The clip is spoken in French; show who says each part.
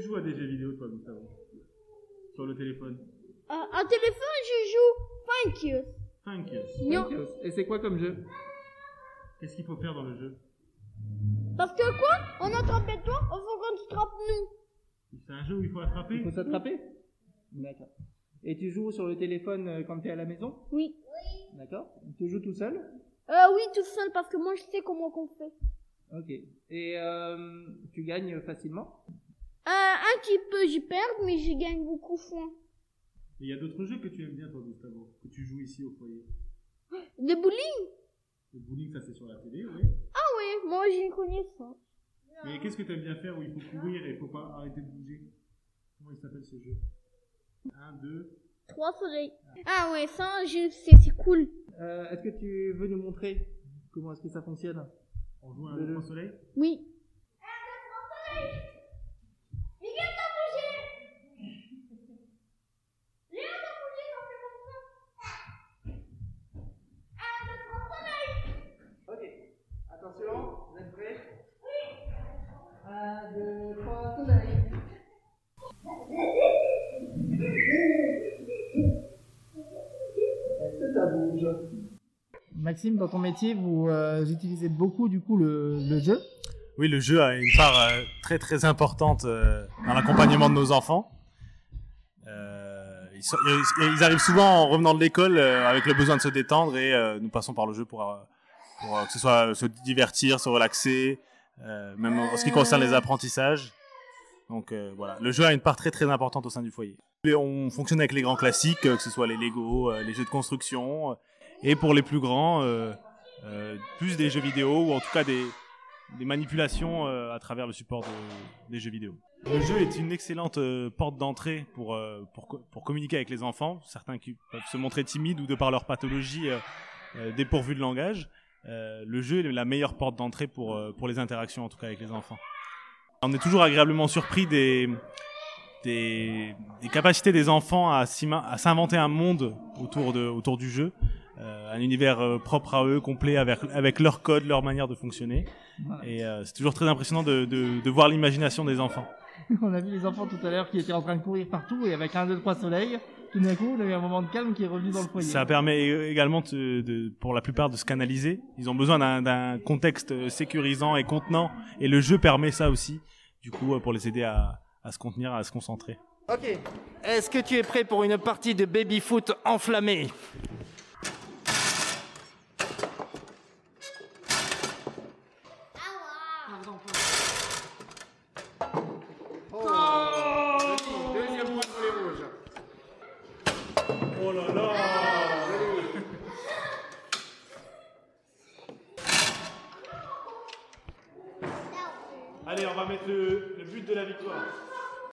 Speaker 1: joues à des jeux vidéo, toi, Gustavo Sur le téléphone
Speaker 2: Euh, en téléphone, je joue Funky.
Speaker 1: Thank you.
Speaker 2: Non,
Speaker 3: Chaos. Et c'est quoi comme jeu
Speaker 1: Qu'est-ce qu'il faut faire dans le jeu
Speaker 2: parce que quoi On attrape les toi, on faut qu'on se trappe nous.
Speaker 1: C'est un jeu où il faut
Speaker 3: Il
Speaker 1: attraper
Speaker 3: faut s'attraper D'accord. Et tu joues sur le téléphone euh, quand t'es à la maison
Speaker 2: Oui.
Speaker 3: D'accord. Tu joues tout seul
Speaker 2: Euh, oui, tout seul, parce que moi, je sais comment qu'on fait.
Speaker 3: Ok. Et euh, tu gagnes facilement
Speaker 2: Euh, un petit peu, j'y perds, mais j'y gagne beaucoup moins.
Speaker 1: Et il y a d'autres jeux que tu aimes bien, toi, Gustavo, que tu joues ici au foyer.
Speaker 2: Des bowling
Speaker 1: Le bowling, ça c'est sur la télé, oui.
Speaker 2: Ah oui, moi, j'ai une connaissance.
Speaker 1: Mais qu'est-ce que tu aimes bien faire où il faut courir et il faut pas arrêter de bouger Comment il s'appelle ce jeu 1, 2.
Speaker 2: Trois soleils. Ah ouais, ça, je sais, c'est cool.
Speaker 3: Euh, Est-ce que tu veux nous montrer comment est-ce que ça fonctionne
Speaker 1: On joue à
Speaker 3: Le-
Speaker 1: un au soleil
Speaker 2: Oui.
Speaker 3: Ok. Attention, vous êtes prêts Oui 1, 2, 3, soleil Maxime, dans ton métier, vous euh, utilisez beaucoup du coup le, le jeu.
Speaker 4: Oui, le jeu a une part euh, très très importante euh, dans l'accompagnement de nos enfants. Euh, ils, sont- ils- ils arrivent souvent en revenant de l'école euh, avec le besoin de se détendre et euh, nous passons par le jeu pour, euh, pour, euh, que ce soit se divertir, se relaxer, euh, même en ce qui concerne les apprentissages. Donc euh, voilà, le jeu a une part très très importante au sein du foyer. Et on fonctionne avec les grands classiques, euh, que ce soit les Lego, euh, les jeux de construction, euh, et pour les plus grands, euh, euh, plus des jeux vidéo ou en tout cas des, des manipulations euh, à travers le support de- des jeux vidéo. Le jeu est une excellente euh, porte d'entrée pour, euh, pour, co- pour communiquer avec les enfants, certains qui peuvent se montrer timides ou de par leur pathologie euh, euh, dépourvus de langage. Euh, le jeu est la meilleure porte d'entrée pour, euh, pour les interactions, en tout cas avec les enfants. On est toujours agréablement surpris des, des, des capacités des enfants à s'ima- à s'inventer un monde autour, de, autour du jeu, euh, un univers euh, propre à eux, complet, avec, avec leur code, leur manière de fonctionner. Et euh, c'est toujours très impressionnant de, de- de voir l'imagination des enfants.
Speaker 3: On a vu les enfants tout à l'heure qui étaient en train de courir partout et avec un, deux, trois soleils, tout d'un coup, on a eu un moment de calme qui est revenu dans le foyer.
Speaker 4: Ça permet e- également, de, de- pour la plupart, de se canaliser. Ils ont besoin d'un- d'un contexte sécurisant et contenant, et le jeu permet ça aussi, du coup, euh, pour les aider à, à se contenir, à se concentrer.
Speaker 3: Ok. Est-ce que tu es prêt pour une partie de baby-foot enflammée
Speaker 4: Allez, on va mettre le, but de la victoire.